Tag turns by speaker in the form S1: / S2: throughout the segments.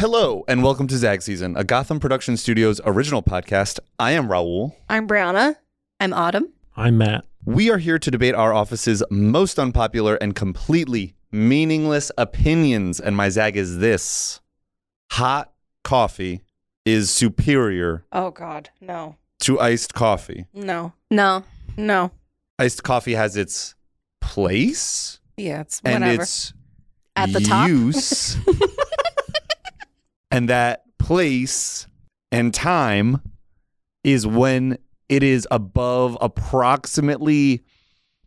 S1: Hello, and welcome to Zag Season, a Gotham Production Studios original podcast. I am Raul.
S2: I'm Brianna.
S3: I'm Autumn.
S4: I'm Matt.
S1: We are here to debate our office's most unpopular and completely meaningless opinions. And my Zag is this hot coffee is superior
S2: Oh God, no,
S1: to iced coffee.
S2: no,
S3: No.
S2: no.
S1: Iced coffee has its place
S2: Yeah, it's
S1: and
S2: whatever.
S1: its
S3: At the top.
S1: use. and that place and time is when it is above approximately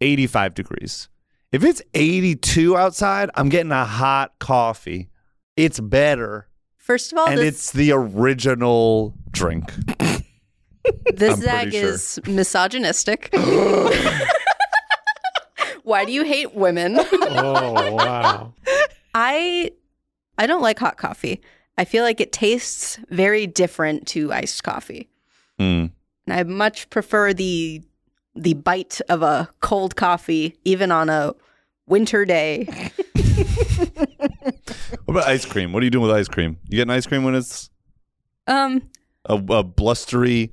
S1: 85 degrees. If it's 82 outside, I'm getting a hot coffee. It's better.
S3: First of all,
S1: and
S3: Oh, this,
S1: it's the original drink.
S3: this
S1: I'm
S3: zag
S1: pretty sure.
S3: is misogynistic. Why do you hate women?
S4: Oh wow.
S3: I I don't like hot coffee. I feel like it tastes very different to iced coffee.
S1: Mm.
S3: And I much prefer the the bite of a cold coffee even on a winter day.
S1: What about ice cream? What are you doing with ice cream? You getting ice cream when it's
S3: Um
S1: a, a blustery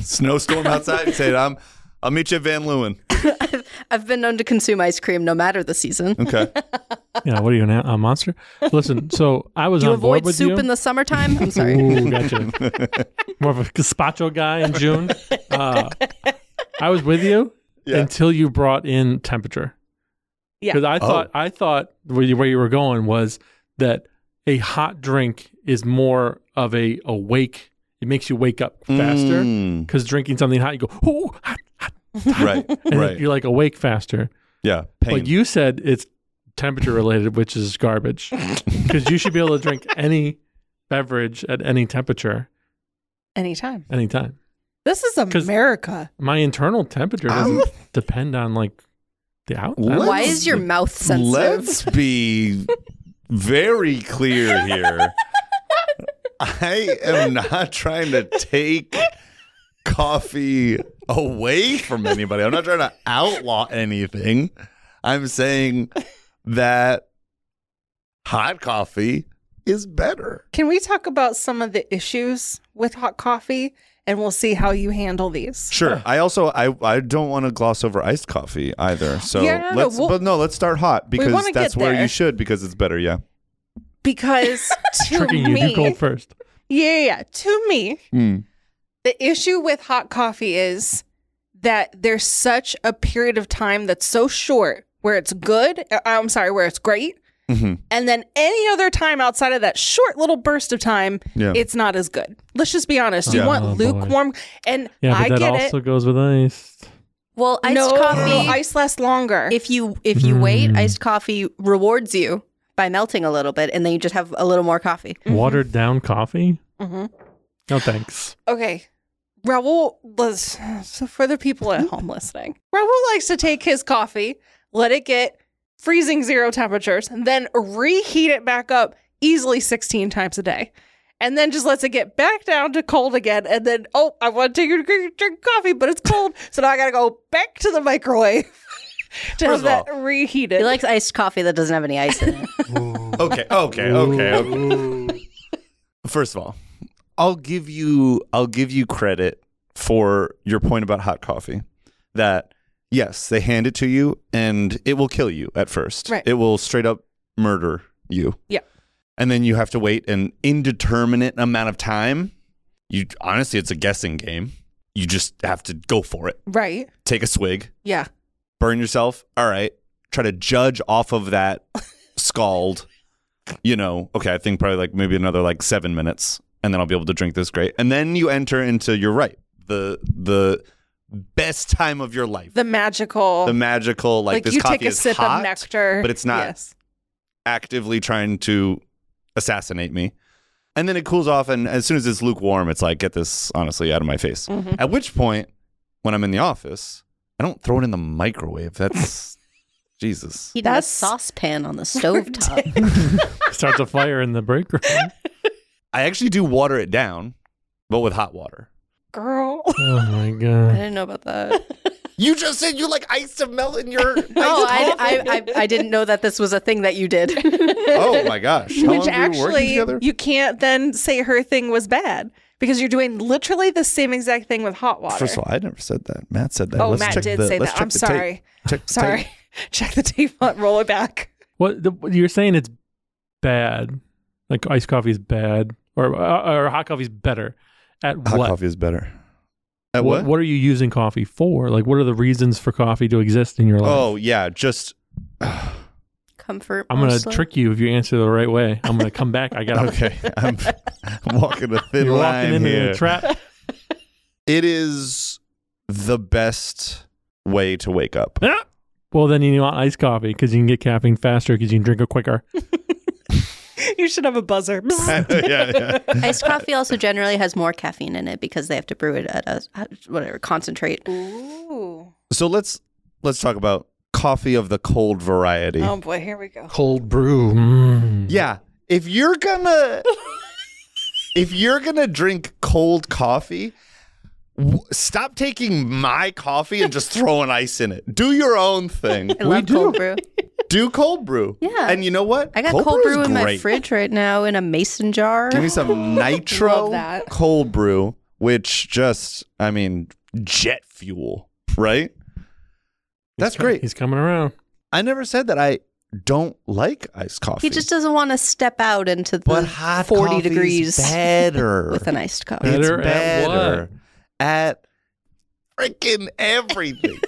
S1: snowstorm outside. You say, "I'm, I'll meet you at Van Leeuwen."
S3: I've been known to consume ice cream no matter the season.
S1: Okay,
S4: Yeah, what are you an, a monster? Listen, so I was
S3: You
S4: on board
S3: avoid
S4: with
S3: soup
S4: you.
S3: in the summertime? I'm sorry.
S4: Ooh, gotcha. More of a gazpacho guy in June. Uh, I was with you
S1: Yeah.
S4: until you brought in temperature.
S2: Yeah.
S4: Because
S1: Oh.
S4: I thought I thought where you, where you were going was that a hot drink is more of a awake. It makes you wake up faster
S1: Mm,
S4: because drinking something hot, you go, oh, hot, hot, hot,"
S1: right,
S4: and
S1: right,
S4: you're like awake faster.
S1: yeah. Pain.
S4: But you said it's temperature related, which is garbage. Because you should be able to drink any beverage at any temperature,
S2: Anytime.
S4: anytime.
S2: This is
S4: 'Cause-
S2: America.
S4: My internal temperature doesn't
S1: Um,
S4: depend on like the out.
S1: What?
S3: Why
S1: Let's-
S3: is your mouth sensitive?
S1: Let's be very clear here. I am not trying to take coffee away from anybody. I'm not trying to outlaw anything. I'm saying that hot coffee is better.
S2: Can we talk about some of the issues with hot coffee, and we'll see how you handle these?
S1: Sure. I also I I don't want to gloss over iced coffee either. So
S2: Yeah, no, no,
S1: let's
S2: we'll-
S1: but no, let's start hot because
S2: wanna
S1: that's
S2: get
S1: where
S2: there.
S1: you should because it's better, yeah.
S2: Because to
S4: Tricking you.
S2: me,
S4: You go first.
S2: yeah, yeah, yeah, to me,
S1: Hmm.
S2: the issue with hot coffee is that there's such a period of time that's so short where it's good. uh, I'm sorry, where it's great.
S1: Mhm.
S2: And then any other time outside of that short little burst of time,
S1: Yeah.
S2: it's not as good. Let's just be honest. You
S1: Yeah.
S2: want
S4: Oh, boy.
S2: lukewarm, and
S4: Yeah, but
S2: I
S4: that
S2: get
S4: also
S2: it.
S4: goes with ice.
S3: Well, iced
S2: no,
S3: coffee
S2: no, ice lasts longer.
S3: if you if you wait,
S4: Mm.
S3: iced coffee rewards you by melting a little bit, and then you just have a little more coffee.
S2: Mm-hmm.
S4: Watered down coffee?
S2: Mhm.
S4: No thanks.
S2: Okay. Raul, let's, so for the people at home listening, Raul likes to take his coffee, let it get freezing zero temperatures, and then reheat it back up easily 16 times a day. And then just lets it get back down to cold again. And then, oh, I want to take a drink, drink coffee, but it's cold. So now I got to go back to the microwave to
S1: First
S2: have
S1: of
S2: that reheated.
S3: He likes iced coffee that doesn't have any ice in it.
S1: Okay, okay, okay, okay. First of all, I'll give you I'll give you credit for your point about hot coffee. That yes, they hand it to you and it will kill you at first.
S2: Right.
S1: It will straight up murder you.
S2: Yeah.
S1: And then you have to wait an indeterminate amount of time. You honestly it's a guessing game. You just have to go for it.
S2: right.
S1: Take a swig,
S2: Yeah.
S1: burn yourself. All right. Try to judge off of that scald. You know, okay, I think probably like maybe another like seven minutes, and then I'll be able to drink this great. And then you enter into you're right, the the best time of your life.
S2: The magical.
S1: The magical like, this
S2: you
S1: coffee
S2: take a
S1: is
S2: sip
S1: hot,
S2: of nectar.
S1: but it's not
S2: Yes.
S1: actively trying to assassinate me. And then it cools off, and as soon as it's lukewarm, it's like, get this honestly out of my face. At which point, when I'm in the office, I don't throw it in the microwave. That's Jesus.
S3: He had a
S2: That's-
S3: saucepan on the stovetop.
S4: Starts a fire in the break room.
S1: I actually do water it down, but with hot water.
S2: Girl.
S4: Oh my
S3: I
S4: god.
S3: didn't know about that.
S1: You just said you like ice to melt in your.
S3: Oh, I, I, I, I didn't know that this was a thing that you did.
S1: oh my gosh! How long were you
S2: Which
S1: working
S2: actually,
S1: together?
S2: you can't then say her thing was bad because you're doing literally the same exact thing with hot water.
S1: First of all, I never said that. Matt said that.
S2: oh,
S1: Let's
S2: Matt
S1: check
S2: did
S1: the-
S2: say
S1: let's
S2: that.
S1: check
S2: I'm
S1: the tape.
S2: sorry.
S1: Check the
S2: Sorry.
S1: tape.
S2: check the tape on, roll it back.
S4: What the, what you're saying? It's bad. Like iced coffee is bad, or uh, or hot coffee is better. At
S1: Hot
S4: what?
S1: coffee is better. At
S4: what? What are you using coffee for? Like, what are the reasons for coffee to exist in your life?
S1: Oh yeah, just
S3: Comfort.
S4: I'm gonna
S3: mostly.
S4: trick you if you answer the right way. I'm gonna come back. I got to
S1: okay. I'm, I'm walking a thin
S4: You're
S1: line
S4: walking into
S1: here.
S4: the trap.
S1: it is the best way to wake up.
S4: Ah! well, then you want iced coffee because you can get caffeine faster because you can drink it quicker.
S2: You should have a buzzer.
S1: yeah, yeah.
S3: Iced coffee also generally has more caffeine in it because they have to brew it at a whatever concentrate.
S2: Ooh.
S1: So let's let's talk about coffee of the cold variety.
S3: Um,
S2: Oh boy, here we go.
S4: Cold brew. Mm.
S1: Yeah. If you're gonna if you're gonna drink cold coffee, w- stop taking my coffee and just throwing ice in it. Do your own thing.
S3: I love
S4: do.
S3: cold brew.
S1: Do cold brew.
S3: Yeah.
S1: And you know what?
S3: I got cold, brew,
S1: is
S3: in my
S1: great.
S3: fridge right now in a mason jar.
S1: Give me some
S2: Love
S1: nitro
S2: that.
S1: cold brew, which just I mean jet fuel, right? That's great.
S4: He's coming around.
S1: I never said that I don't like iced coffee.
S3: He just doesn't want to step out into the
S1: but hot
S3: 40
S1: coffee's
S3: degrees
S1: better
S3: with an iced coffee.
S1: It's
S4: Better at
S1: better at, freaking everything.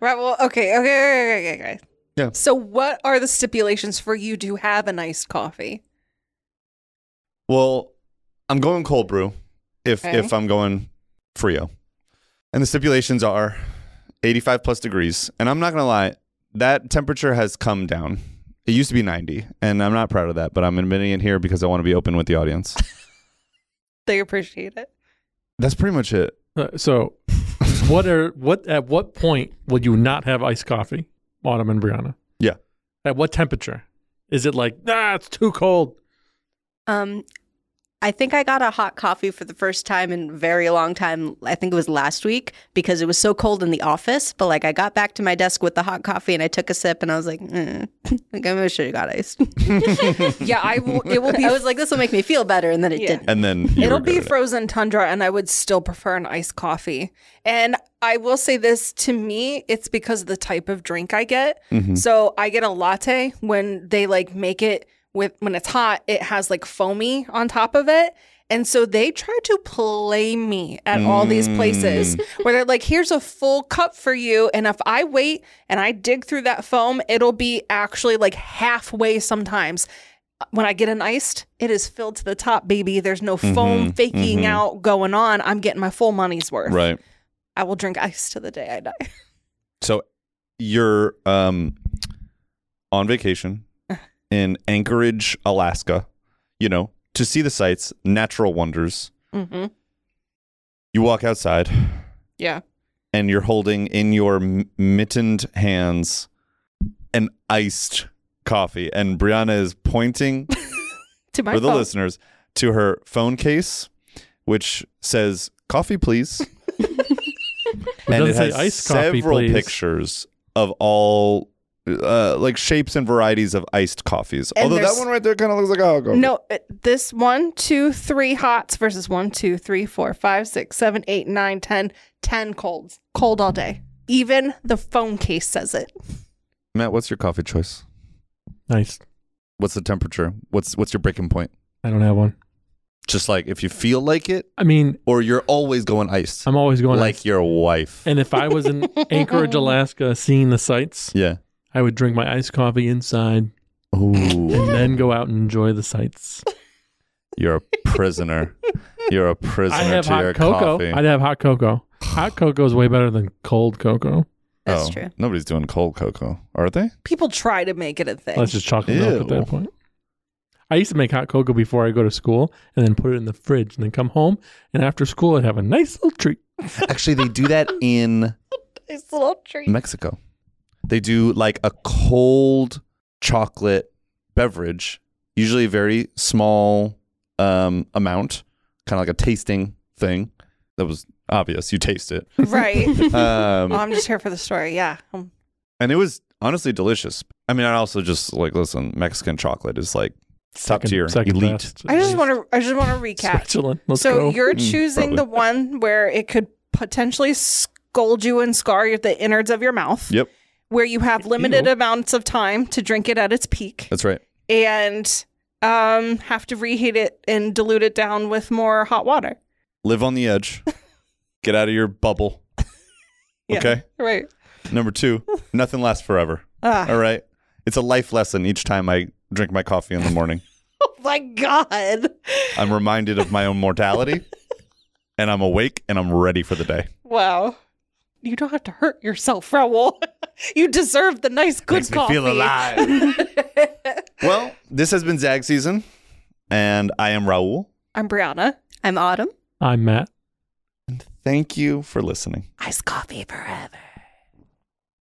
S2: Right. Well, okay, okay, okay, okay, okay. okay.
S1: Yeah.
S2: So, what are the stipulations for you to have an iced coffee?
S1: well, I'm going cold brew if
S2: Okay.
S1: if I'm going frio. And the stipulations are 85 plus degrees. And I'm not going to lie, that temperature has come down. It used to be 90, and I'm not proud of that, but I'm admitting it here because I want to be open with the audience.
S2: They appreciate it.
S1: That's pretty much it.
S4: Uh, so, what are what at what point would you not have iced coffee, Autumn and Brianna?
S1: Yeah.
S4: At what temperature? Is it like ah, it's too cold?
S3: Um, I think I got a hot coffee for the first time in a very long time. I think it was last week because it was so cold in the office. But like, I got back to my desk with the hot coffee and I took a sip and I was like, mm. like I should have got iced.
S2: Yeah, I will. It will be.
S3: I was like, this will make me feel better, and then it
S2: Yeah.
S3: didn't.
S1: And then you
S2: It'll
S1: were
S2: be
S1: good at it.
S2: frozen tundra, and I would still prefer an iced coffee. And I will say this to me, it's because of the type of drink I get.
S1: Mhm.
S2: So I get a latte when they like make it with when it's hot, it has like foamy on top of it. And so they try to play me at all these
S1: Mm.
S2: places where they're like, here's a full cup for you. And if I wait and I dig through that foam, it'll be actually like halfway sometimes. When I get an iced, it is filled to the top, baby. There's no foam
S1: Mhm,
S2: faking
S1: mhm.
S2: out going on. I'm getting my full money's worth.
S1: Right.
S2: I will drink ice to the day I die.
S1: So you're um on vacation
S2: Uh-huh.
S1: in Anchorage, Alaska, you know, to see the sights, natural wonders.
S2: Mm-hmm.
S1: You walk outside
S2: Yeah.
S1: and you're holding in your m- mittened hands an iced coffee and Brianna is pointing
S2: To my
S1: for the
S2: phone.
S1: listeners to her phone case which says coffee please
S4: It
S1: and
S4: doesn't
S1: it
S4: say
S1: has
S4: iced coffee,
S1: several
S4: please.
S1: pictures of all uh, like shapes and varieties of iced coffees.
S2: And
S1: Although that
S2: there's-
S1: one right there kind of looks like a hot coffee.
S2: No, it- this one, two, three hots versus one, two, three, four, five, six, seven, eight, nine, ten, ten colds. Cold all day. Even the phone case says it.
S1: Matt, what's your coffee choice?
S4: Nice.
S1: What's the temperature? What's what's your breaking point?
S4: I don't have one.
S1: Just like if you feel like it,
S4: I mean,
S1: or you're always going iced,
S4: I'm always going
S1: like
S4: iced.
S1: your wife.
S4: And if I was in Anchorage, Alaska, seeing the sights,
S1: yeah.
S4: I would drink my iced coffee inside and
S1: Ooh,
S4: then go out and enjoy the sights.
S1: you're a prisoner. You're a prisoner
S4: I have
S1: to your
S4: hot cocoa.
S1: coffee.
S4: I'd have hot cocoa. Hot cocoa is way better than cold cocoa.
S3: That's
S1: Oh,
S3: true.
S1: Nobody's doing cold cocoa, are they?
S2: People try to make it a thing.
S4: That's just chocolate milk at
S1: Ew.
S4: that point. I used to make hot cocoa before I go to school and then put it in the fridge and then come home and after school I'd have a nice little treat.
S1: Actually, they do that in
S2: It's a little treat.
S1: Mexico. They do like a cold chocolate beverage, usually a very small um, amount, kind of like a tasting thing. That was obvious. You taste it.
S2: Right.
S1: Um,
S2: Well, I'm just here for the story. Yeah. Um,
S1: and it was honestly delicious. I mean, I also just like listen, Mexican chocolate is like top
S4: Second-
S1: tier,
S4: second
S1: elite.
S4: best.
S2: I just want to. I just want to recap.
S4: Spatula. Let's
S2: so
S4: go.
S2: you're
S1: Mm,
S2: choosing the one where it could potentially scold you and scar your, the innards of your mouth.
S1: Yep.
S2: Where you have limited
S4: Ew.
S2: amounts of time to drink it at its peak
S1: That's right.
S2: and um, have to reheat it and dilute it down with more hot water.
S1: Live on the edge. Get out of your bubble.
S2: Yeah.
S1: Okay.
S2: Right.
S1: Number two, nothing lasts forever.
S2: Ah,
S1: All right. It's a life lesson each time I drink my coffee in the morning.
S2: Oh my God.
S1: I'm reminded of my own mortality and I'm awake and I'm ready for the day.
S2: Wow. You don't have to hurt yourself, Raul. you deserve the nice, good
S1: Makes
S2: coffee.
S1: me feel alive. well, this has been Zag season and I am Raul.
S2: I'm Brianna.
S3: I'm Autumn.
S4: I'm Matt.
S1: Thank you for listening.
S2: Ice coffee forever.